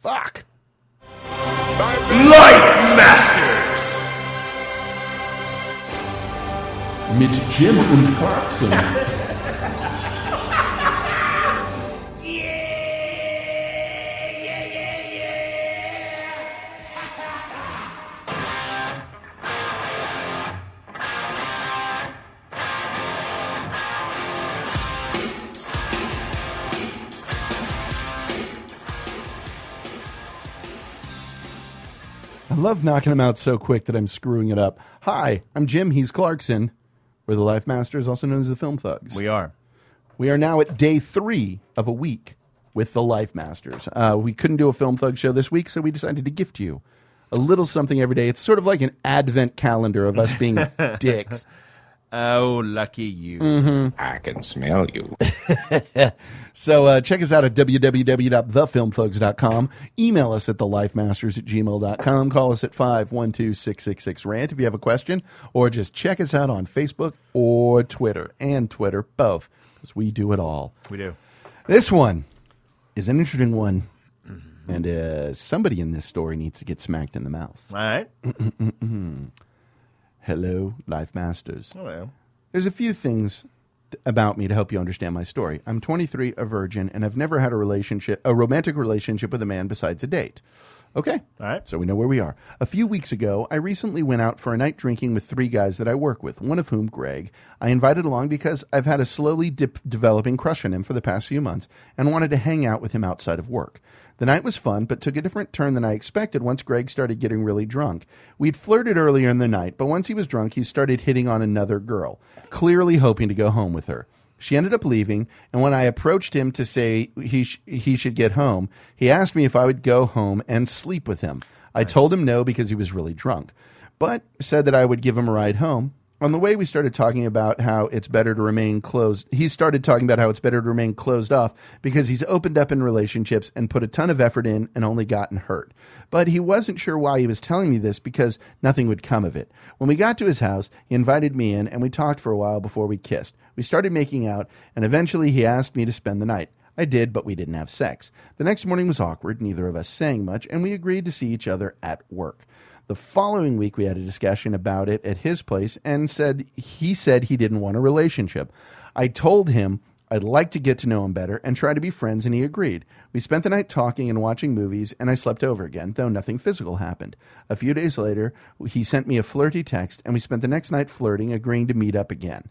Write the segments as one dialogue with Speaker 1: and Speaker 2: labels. Speaker 1: Fuck.
Speaker 2: Life Masters!
Speaker 3: Mit Jim und Clarkson.
Speaker 1: I love knocking them out so quick that I'm screwing it up. Hi, I'm Jim. He's Clarkson. We're the Life Masters, also known as the Film Thugs.
Speaker 4: We are.
Speaker 1: We are now at day three of a week with the Life Masters. Uh, we couldn't do a Film Thug show this week, so we decided to gift you a little something every day. It's sort of like an advent calendar of us being dicks.
Speaker 4: Oh, lucky you.
Speaker 1: Mm.
Speaker 2: I can smell you.
Speaker 1: So uh, check us out at www.thefilmthugs.com. Email us at thelifemasters at gmail.com. Call us at 512-666-RANT if you have a question. Or just check us out on Facebook or Twitter. And Twitter, both. Because we do it all.
Speaker 4: We do.
Speaker 1: This one is an interesting one. And uh, somebody in this story needs to get smacked in the mouth.
Speaker 4: All right.
Speaker 1: Mm. Hello, Life Masters.
Speaker 4: Hello.
Speaker 1: There's a few things t- about me to help you understand my story. I'm 23, a virgin, and I've never had a relationship, a romantic relationship with a man besides a date. Okay.
Speaker 4: All right.
Speaker 1: So we know where we are. A few weeks ago, I recently went out for a night drinking with three guys that I work with, one of whom, Greg, I invited along because I've had a slowly dip- developing crush on him for the past few months and wanted to hang out with him outside of work. The night was fun, but took a different turn than I expected once Greg started getting really drunk. We'd flirted earlier in the night, but once he was drunk, he started hitting on another girl, clearly hoping to go home with her. She ended up leaving, and when I approached him to say he, sh- he should get home, he asked me if I would go home and sleep with him. I told him no because he was really drunk, but said that I would give him a ride home. On the way, we started talking about how it's better to remain closed. He started talking about how it's better to remain closed off because he's opened up in relationships and put a ton of effort in and only gotten hurt. But he wasn't sure why he was telling me this because nothing would come of it. When we got to his house, he invited me in and we talked for a while before we kissed. We started making out and eventually he asked me to spend the night. I did, but we didn't have sex. The next morning was awkward, neither of us saying much, and we agreed to see each other at work. The following week, we had a discussion about it at his place and said he said he didn't want a relationship. I told him I'd like to get to know him better and try to be friends, and he agreed. We spent the night talking and watching movies, and I slept over again, though nothing physical happened. A few days later, he sent me a flirty text, and we spent the next night flirting, agreeing to meet up again.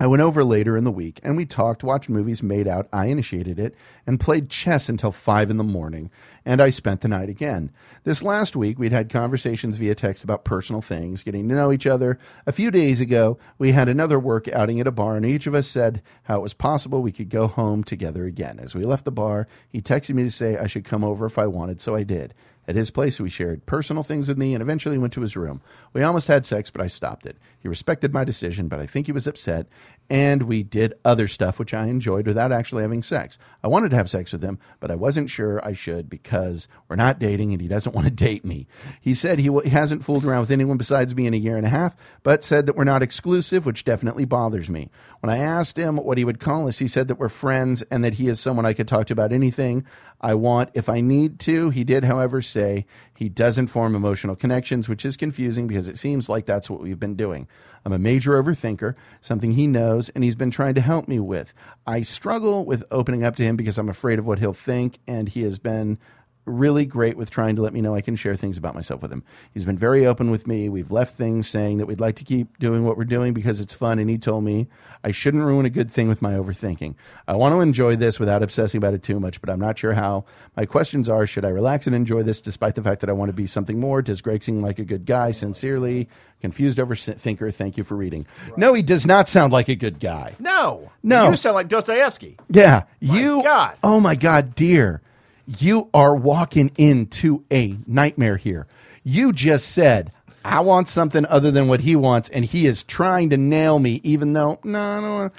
Speaker 1: I went over later in the week and we talked, watched movies, made out. I initiated it and played chess until five in the morning. And I spent the night again. This last week, we'd had conversations via text about personal things, getting to know each other. A few days ago, we had another work outing at a bar, and each of us said how it was possible we could go home together again. As we left the bar, he texted me to say I should come over if I wanted, so I did. At his place, we shared personal things with me and eventually went to his room. We almost had sex, but I stopped it. He respected my decision, but I think he was upset. And we did other stuff, which I enjoyed without actually having sex. I wanted to have sex with him, but I wasn't sure I should because we're not dating and he doesn't want to date me. He said he, w- he hasn't fooled around with anyone besides me in a year and a half, but said that we're not exclusive, which definitely bothers me. When I asked him what he would call us, he said that we're friends and that he is someone I could talk to about anything. I want if I need to. He did, however, say he doesn't form emotional connections, which is confusing because it seems like that's what we've been doing. I'm a major overthinker, something he knows and he's been trying to help me with. I struggle with opening up to him because I'm afraid of what he'll think, and he has been really great with trying to let me know I can share things about myself with him. He's been very open with me. We've left things saying that we'd like to keep doing what we're doing because it's fun, and he told me I shouldn't ruin a good thing with my overthinking. I want to enjoy this without obsessing about it too much, but I'm not sure how. My questions are should I relax and enjoy this despite the fact that I want to be something more? Does Greg seem like a good guy? Sincerely, confused overthinker, thank you for reading. No, he does not sound like a good guy.
Speaker 4: No.
Speaker 1: No.
Speaker 4: You sound like Dostoevsky.
Speaker 1: Yeah, you.
Speaker 4: God.
Speaker 1: Oh my God, dear, you are walking into a nightmare here. You just said I want something other than what he wants, and he is trying to nail me, even though no, I don't. Want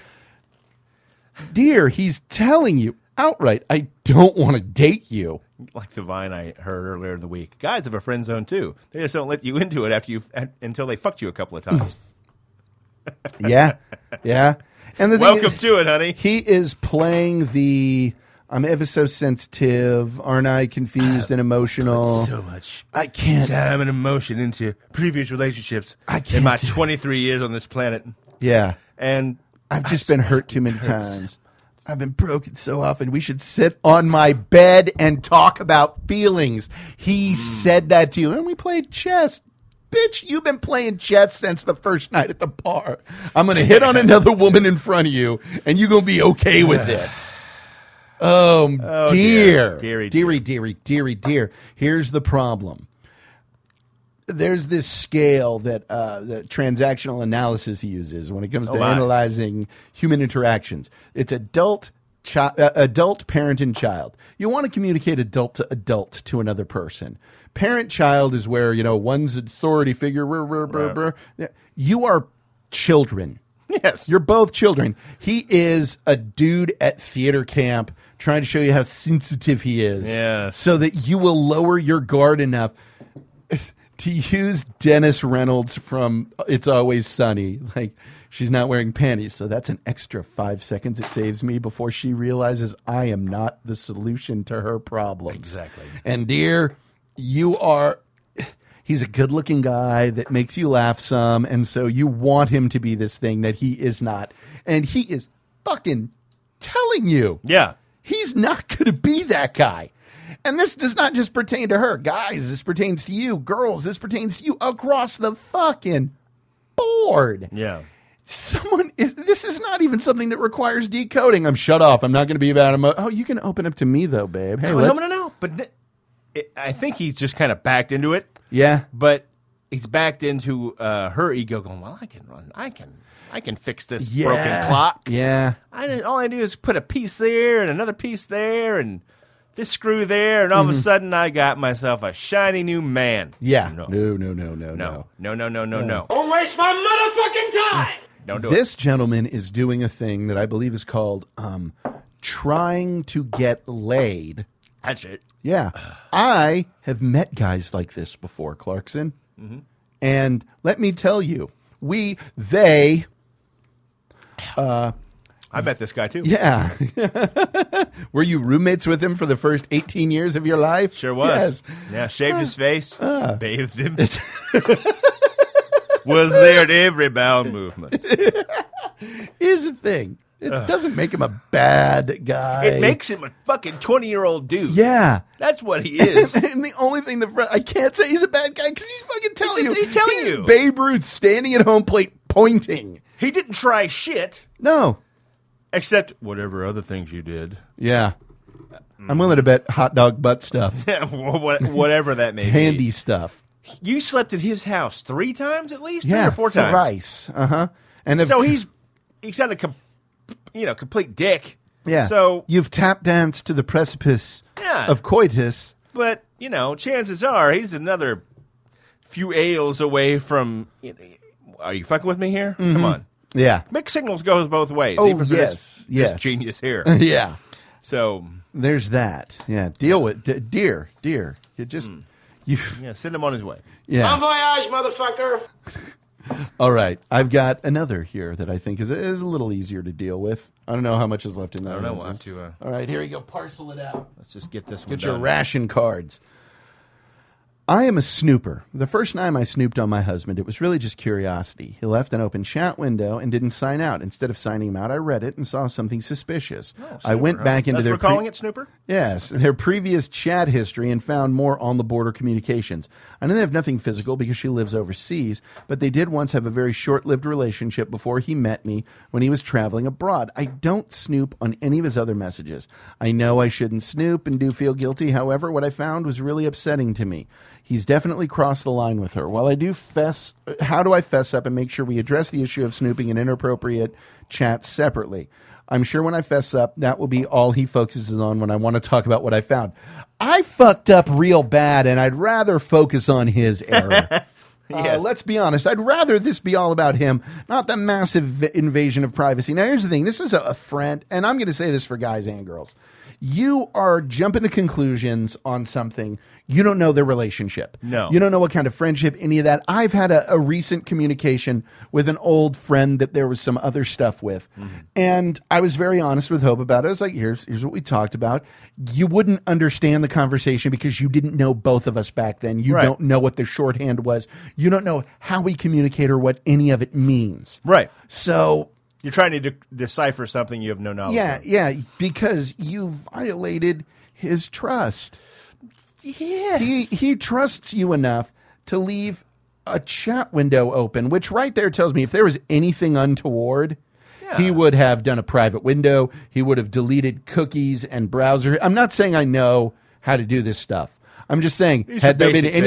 Speaker 1: Dear, he's telling you outright, I don't want to date you.
Speaker 4: Like the vine I heard earlier in the week. Guys have a friend zone too. They just don't let you into it after you until they fucked you a couple of times.
Speaker 1: Yeah, yeah. And the thing
Speaker 4: Welcome
Speaker 1: is-
Speaker 4: to it, honey.
Speaker 1: He is playing the I'm ever so sensitive. Aren't I confused and emotional?
Speaker 4: So much
Speaker 1: I can't.
Speaker 4: time and emotion into previous relationships
Speaker 1: I
Speaker 4: in
Speaker 1: can't
Speaker 4: my
Speaker 1: do it.
Speaker 4: 23 years on this planet.
Speaker 1: Yeah.
Speaker 4: And
Speaker 1: I've just been hurt too many times. I've been broken so often. We should sit on my bed and talk about feelings. He
Speaker 4: Hmm.
Speaker 1: said that to you, and we played chess. Bitch, you've been playing chess since the first night at the bar. I'm going to hit on another woman in front of you, and you're going to be okay with it. Oh, dear.
Speaker 4: dear. Deary,
Speaker 1: deary, deary, deary, dear. Here's the problem there's this scale that uh, that transactional analysis uses when it comes to
Speaker 4: Oh, my.
Speaker 1: analyzing human interactions. It's adult. Chi- uh, adult parent and child you want to communicate adult to adult to another person parent child is where you know one's authority figure rah, rah, rah, rah. Yeah. you are children
Speaker 4: yes,
Speaker 1: you're both children. He is a dude at theater camp trying to show you how sensitive he is.
Speaker 4: Yes.
Speaker 1: So that you will lower your guard enough to use Dennis Reynolds from It's Always Sunny. Like, she's not wearing panties, so that's an extra five seconds it saves me before she realizes I am not the solution to her problem.
Speaker 4: Exactly.
Speaker 1: And dear, you are he's a good looking guy that makes you laugh some, and so you want him to be this thing that he is not. And he is fucking telling you.
Speaker 4: yeah.
Speaker 1: He's not going to be that guy. And this does not just pertain to her. Guys, this pertains to you. Girls, this pertains to you across the fucking board.
Speaker 4: Yeah.
Speaker 1: Someone is this is not even something that requires decoding. I'm shut off. I'm not going to be about him. Oh, you can open up to me though, babe. Hey,
Speaker 4: No,
Speaker 1: let's,
Speaker 4: no, no. But th- it, I think he's just kind of backed into it.
Speaker 1: yeah.
Speaker 4: But he's backed into uh, her ego, going, "Well, I can run. I can. I can fix this broken clock.
Speaker 1: Yeah.
Speaker 4: I didn't, all I do is put a piece there and another piece there and this screw there, and all of a sudden I got myself a shiny new man.
Speaker 1: Mm-hmm. Yeah.
Speaker 4: No.
Speaker 1: No, no, no, no,
Speaker 4: No. No. No. No. No. No.
Speaker 2: Don't waste my motherfucking time!
Speaker 4: Don't do
Speaker 1: This gentleman is doing a thing that I believe is called um, trying to get laid.
Speaker 4: it. That's it.
Speaker 1: Yeah. I have met guys like this before, Clarkson.
Speaker 4: Mm-hmm.
Speaker 1: And let me tell you, we, they,
Speaker 4: I bet this guy too.
Speaker 1: yeah. Were you roommates with him for the first 18 years of your life?
Speaker 4: Sure
Speaker 1: Yes.
Speaker 4: was.
Speaker 1: Ah.
Speaker 4: Yeah, shaved his face, bathed him. was there at every bowel movement.
Speaker 1: Here's the thing it doesn't make him a bad guy.
Speaker 4: It makes him a fucking 20 year old dude.
Speaker 1: Yeah.
Speaker 4: That's what he is.
Speaker 1: and the only thing that Fre- I can't say he's a bad guy because he's fucking telling
Speaker 4: just-
Speaker 1: you.
Speaker 4: he's telling
Speaker 1: he's
Speaker 4: you.
Speaker 1: Babe Ruth standing at home plate pointing.
Speaker 4: he didn't try shit
Speaker 1: No.
Speaker 4: except whatever other things you did.
Speaker 1: Yeah. I'm willing to bet hot dog butt stuff,
Speaker 4: Wha- what- whatever that may
Speaker 1: handy stuff.
Speaker 4: be. You slept at his house three times at least?
Speaker 1: Yeah,
Speaker 4: Three or four times.
Speaker 1: Thrice. Uh huh. And if,
Speaker 4: So he's he's had a com- you know, complete dick.
Speaker 1: yeah.
Speaker 4: So
Speaker 1: you've tap danced to the precipice
Speaker 4: Yeah.
Speaker 1: of coitus.
Speaker 4: But you know, chances are he's another few ales away from. Are you fucking with me here? Come on,
Speaker 1: Yeah.
Speaker 4: mixed signals goes both ways.
Speaker 1: Mm-hmm. Oh,
Speaker 4: even for this-
Speaker 1: yes,
Speaker 4: this,
Speaker 1: yes.
Speaker 4: genius here.
Speaker 1: Yeah.
Speaker 4: so
Speaker 1: There's that. Yeah. Deal with d- dear, dear. You just
Speaker 4: Hmm.
Speaker 1: you.
Speaker 4: yeah, send him on his way.
Speaker 1: Yeah.
Speaker 2: voyage, motherfucker!
Speaker 1: All right, I've got another here that I think is is a little easier to deal with. I don't know how much is left in that.
Speaker 4: I don't know.
Speaker 1: one.
Speaker 4: We'll have to. Uh,
Speaker 1: All right, here we go. Parcel it out.
Speaker 4: let's just get this one
Speaker 1: Get your
Speaker 4: done.
Speaker 1: ration cards. I am a snooper. The first time I snooped on my husband, it was really just curiosity. He left an open chat window and didn't sign out. Instead of signing him out, I read it and saw something suspicious. I went back into
Speaker 4: Oh, That's
Speaker 1: their
Speaker 4: we're
Speaker 1: pre-
Speaker 4: calling it Snooper.
Speaker 1: Yes, their previous chat history and found more on the border communications. I know they have nothing physical because she lives overseas, but they did once have a very short lived relationship before he met me when he was traveling abroad. I don't snoop on any of his other messages. I know I shouldn't snoop and do feel guilty. However, what I found was really upsetting to me. He's definitely crossed the line with her. While I do fess, how do I fess up and make sure we address the issue of snooping and inappropriate chats separately? I'm sure when I fess up, that will be all he focuses on when I want to talk about what I found. I fucked up real bad, and I'd rather focus on his error. Uh,
Speaker 4: Yes.
Speaker 1: let's be honest. I'd rather this be all about him, not the massive v- invasion of privacy. Now, here's the thing this is a, a friend, and I'm going to say this for guys and girls. you are jumping to conclusions on something. You don't know their relationship.
Speaker 4: No.
Speaker 1: You don't know what kind of friendship, any of that. I've had a, a recent communication with an old friend that there was some other stuff with.
Speaker 4: Mm-hmm.
Speaker 1: And I was very honest with Hope about it. I was like, here's, here's what we talked about. You wouldn't understand the conversation because you didn't know both of us back then. You
Speaker 4: Right.
Speaker 1: don't know what the shorthand was. You don't know how we communicate or what any of it means.
Speaker 4: Right.
Speaker 1: So
Speaker 4: You're trying to de- decipher something you have no knowledge.
Speaker 1: yeah,
Speaker 4: Of.
Speaker 1: yeah, because you violated his trust.
Speaker 4: Yes.
Speaker 1: He he trusts you enough to leave a chat window open, which right there tells me if there was anything untoward, he
Speaker 4: Yeah.
Speaker 1: would have done a private window. He would have deleted cookies and browser. I'm not saying I know how to do this stuff. I'm just saying,
Speaker 4: These are
Speaker 1: had there been
Speaker 4: basic things.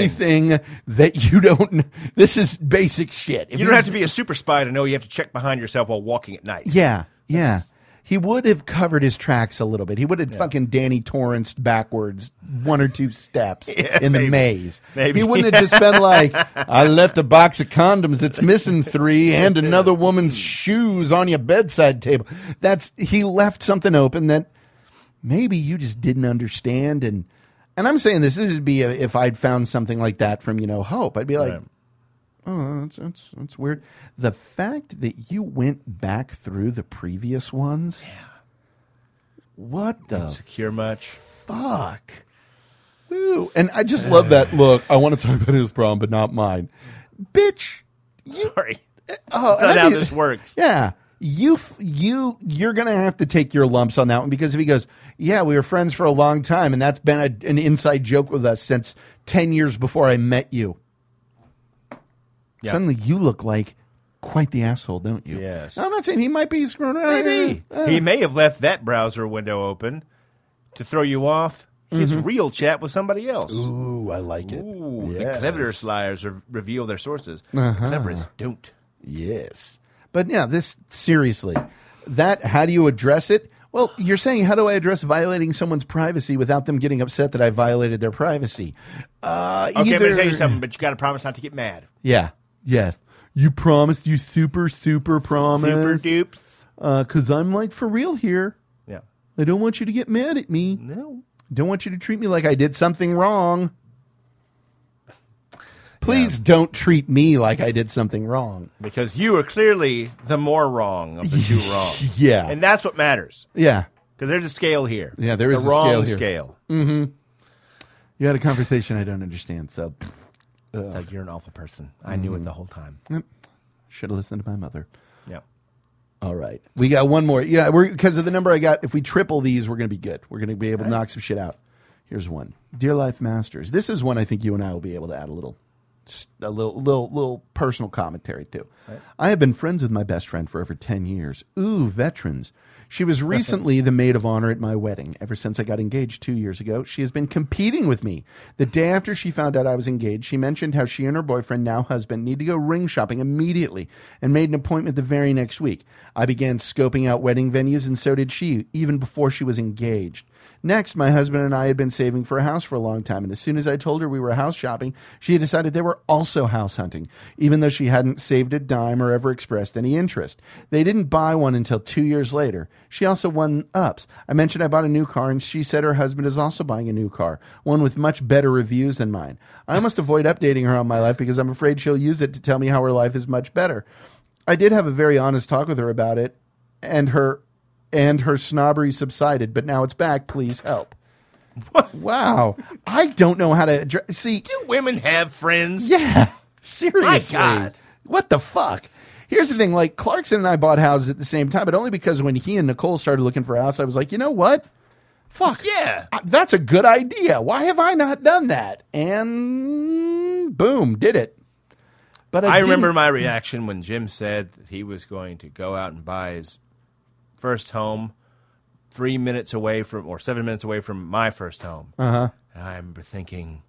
Speaker 1: anything that you don't, kn- this is basic shit. If
Speaker 4: you don't
Speaker 1: he's-
Speaker 4: have to be a super spy to know you have to check behind yourself while walking at night.
Speaker 1: Yeah, yeah. He would have covered his tracks a little bit. He would have fucking Danny Torrance backwards one or two steps in the
Speaker 4: maybe.
Speaker 1: maze.
Speaker 4: Maybe.
Speaker 1: He wouldn't have just been like, I left a box of condoms that's missing three and another woman's shoes on your bedside table. That's he left something open that maybe you just didn't understand and and I'm saying this, this would be a, if I'd found something like that from, you know, Hope. I'd be like,
Speaker 4: Right.
Speaker 1: Oh, that's, that's that's weird. The fact that you went back through the previous ones. What the
Speaker 4: Secure much?
Speaker 1: fuck? Woo. And I just love that look. I want to talk about his problem, but not mine. Bitch.
Speaker 4: Sorry.
Speaker 1: Oh,
Speaker 4: That's
Speaker 1: and I
Speaker 4: not how
Speaker 1: mean-
Speaker 4: this works.
Speaker 1: Yeah. You f- you you're gonna have to take your lumps on that one because if he goes, yeah, we were friends for a long time, and that's been a, an inside joke with us since ten years before I met you.
Speaker 4: Yeah.
Speaker 1: Suddenly, you look like quite the asshole, don't you?
Speaker 4: Yes.
Speaker 1: I'm not saying he might be screwing around.
Speaker 4: Maybe.
Speaker 1: Uh,
Speaker 4: he may have left that browser window open to throw you off his real chat with somebody else.
Speaker 1: Mm-hmm. Ooh, I like it.
Speaker 4: Ooh,
Speaker 1: Yes. Uh-huh.
Speaker 4: the cleverest liars are, reveal their sources. The cleverest don't.
Speaker 1: Yes. But yeah, this seriously, that how do you address it? Well, you're saying how do I address violating someone's privacy without them getting upset that I violated their privacy? Uh,
Speaker 4: Okay, I'm
Speaker 1: either,
Speaker 4: going to tell you something, but you got to promise not to get mad.
Speaker 1: Yeah. Yes. You promised. You super super
Speaker 4: Super
Speaker 1: promised.
Speaker 4: dupes.
Speaker 1: Because I'm like for real here.
Speaker 4: Yeah.
Speaker 1: I don't want you to get mad at me.
Speaker 4: No.
Speaker 1: Don't want you to treat me like I did something wrong. Please don't treat me like I did something wrong.
Speaker 4: Because you are clearly the more wrong of the two wrongs.
Speaker 1: Yeah.
Speaker 4: And that's what matters.
Speaker 1: Yeah.
Speaker 4: Because there's a scale here.
Speaker 1: Yeah, there is
Speaker 4: the
Speaker 1: a
Speaker 4: wrong
Speaker 1: scale here.
Speaker 4: scale.
Speaker 1: You had a conversation I don't understand, so
Speaker 4: Like you're an awful person. I knew
Speaker 1: Mm-hmm.
Speaker 4: it the whole time.
Speaker 1: should have listened to my mother.
Speaker 4: Yeah.
Speaker 1: All right. We got one more. Yeah, we're because of the number I got, if we triple these, we're gonna be good. We're gonna be able to knock some shit out. Here's one. Dear Life Masters. This is one I think you and I will be able to add a little a little little little personal commentary to. I have been friends with my best friend for over ten years. Ooh, veterans. She was recently the maid of honor at my wedding. Ever since I got engaged two years ago, she has been competing with me. The day after she found out I was engaged, she mentioned how she and her boyfriend, now husband, need to go ring shopping immediately and made an appointment the very next week. I began scoping out wedding venues, and so did she, even before she was engaged. Next, my husband and I had been saving for a house for a long time, and as soon as I told her we were house shopping, she had decided they were also house hunting, even though she hadn't saved a dime or ever expressed any interest. They didn't buy one until two years later. She also won ups. I mentioned I bought a new car, and she said her husband is also buying a new car, one with much better reviews than mine. I must avoid updating her on my life because I'm afraid she'll use it to tell me how her life is much better. I did have a very honest talk with her about it, and her and her snobbery subsided, but now it's back. Please help. Wow, I don't know how to address. See,
Speaker 4: Do women have friends?
Speaker 1: yeah, seriously,
Speaker 4: God.
Speaker 1: what the fuck? Here's the thing: like Clarkson and I bought houses at the same time, but only because when he and Nicole started looking for a house, I was like, you know what? Fuck
Speaker 4: Yeah.
Speaker 1: I- that's a good idea. Why have I not done that? And boom, did it. But I,
Speaker 4: I
Speaker 1: didn't-
Speaker 4: remember my reaction when Jim said that he was going to go out and buy his first home three minutes away from, or seven minutes away from my first home. Uh
Speaker 1: Uh-huh.
Speaker 4: huh. And I remember thinking,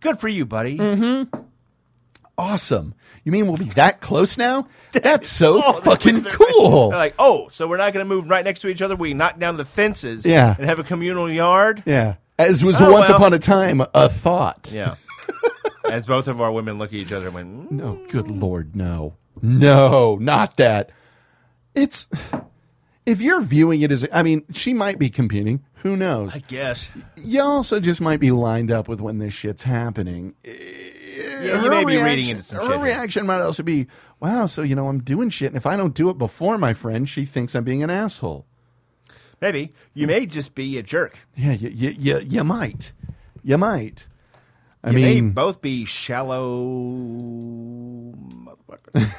Speaker 4: good for you, buddy.
Speaker 1: Mm-hmm. awesome. You mean we'll be that close now? That's so
Speaker 4: Oh,
Speaker 1: fucking
Speaker 4: they're-
Speaker 1: cool.
Speaker 4: They're like, oh, so we're not going to move right next to each other. We knock down the fences
Speaker 1: Yeah.
Speaker 4: and have a communal yard.
Speaker 1: Yeah. As was
Speaker 4: Oh,
Speaker 1: once
Speaker 4: well.
Speaker 1: upon a time a thought.
Speaker 4: Yeah. As both of our women look at each other and went, "Mm."
Speaker 1: No, good lord, no. No, not that. It's If you're viewing it as, I mean, she might be competing. Who knows?
Speaker 4: I guess.
Speaker 1: you also just might be lined up with when this shit's happening. E-, Yeah,
Speaker 4: you may be reading into some
Speaker 1: her
Speaker 4: shit here.
Speaker 1: reaction might also be, "Wow, so you know I'm doing shit, and if I don't do it before my friend, she thinks I'm being an asshole."
Speaker 4: Maybe. You may just be a jerk.
Speaker 1: Yeah, you you you, you might, you might. I
Speaker 4: you may
Speaker 1: mean,
Speaker 4: both be shallow.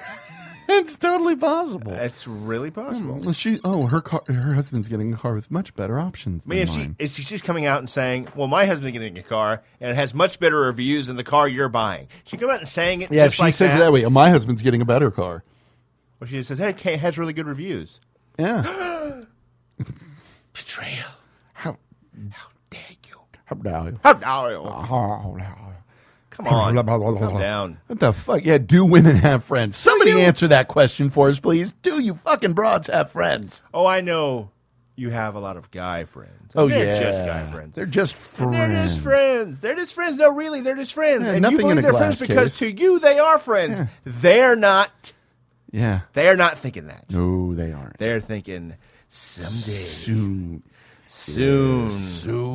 Speaker 1: it's totally possible.
Speaker 4: That's really possible.
Speaker 1: Well, she oh her car her husband's getting a car with much better options.
Speaker 4: I mean,
Speaker 1: than
Speaker 4: if she
Speaker 1: mine.
Speaker 4: if she's just coming out and saying, "Well, my husband's getting a car and it has much better reviews than the car you're buying," she come out and saying it.
Speaker 1: yeah, if
Speaker 4: just
Speaker 1: she
Speaker 4: like
Speaker 1: says it that way, "Oh, my husband's getting a better car.
Speaker 4: Well, she just says, "Hey, it has really good reviews."
Speaker 1: Yeah,
Speaker 4: Betrayal.
Speaker 1: how
Speaker 4: How dare you?
Speaker 1: how Ah, now?
Speaker 4: How dare you?
Speaker 1: Oh, How now?
Speaker 4: Come on, calm down.
Speaker 1: What the fuck? Yeah, do women have friends? Somebody
Speaker 4: you-
Speaker 1: answer that question for us, please. Do you fucking broads have friends?
Speaker 4: Oh, I know. You have a lot of guy friends.
Speaker 1: Oh
Speaker 4: they're
Speaker 1: yeah,
Speaker 4: just guy friends.
Speaker 1: They're just friends.
Speaker 4: They're just friends. They're just friends. No, really, they're just friends.
Speaker 1: Yeah,
Speaker 4: and you
Speaker 1: nothing in
Speaker 4: believe
Speaker 1: a
Speaker 4: they're
Speaker 1: glass
Speaker 4: friends because to
Speaker 1: case.
Speaker 4: you they are friends.
Speaker 1: Yeah.
Speaker 4: They're not.
Speaker 1: Yeah.
Speaker 4: They're not thinking that.
Speaker 1: No, they aren't.
Speaker 4: They're thinking someday,
Speaker 1: soon.
Speaker 4: soon,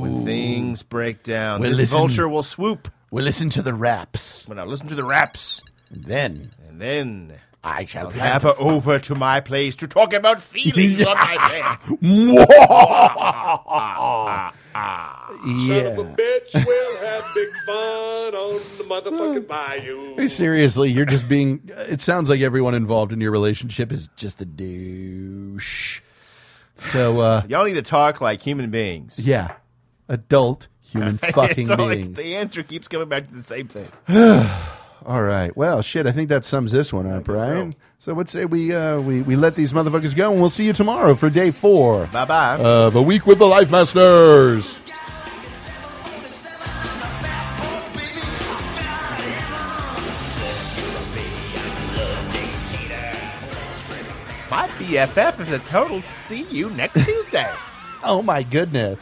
Speaker 4: when things break down,
Speaker 1: Well,
Speaker 4: this
Speaker 1: listen.
Speaker 4: vulture will swoop.
Speaker 1: We'll listen to the raps,
Speaker 4: When I listen to the raps,
Speaker 1: and then
Speaker 4: and then
Speaker 1: I shall
Speaker 4: I'll have her over to my place to talk about feelings on my bed.
Speaker 1: Yeah.
Speaker 2: Bitch, we'll have big fun on the motherfucking bayou.
Speaker 1: Seriously, you're just being. It sounds like everyone involved in your relationship is just a douche. So, uh,
Speaker 4: Y'all need to talk like human beings.
Speaker 1: yeah, adult human fucking
Speaker 4: It's all- it's-
Speaker 1: beings.
Speaker 4: the answer keeps coming back to the same thing.
Speaker 1: All right. Well, shit. I think that sums this one up, right? So, what say we uh, we we let these motherfuckers go, and we'll see you tomorrow for day four
Speaker 4: Bye bye.
Speaker 1: of a week with the Life Masters.
Speaker 4: My BFF is a total see you next Tuesday.
Speaker 1: Oh my goodness.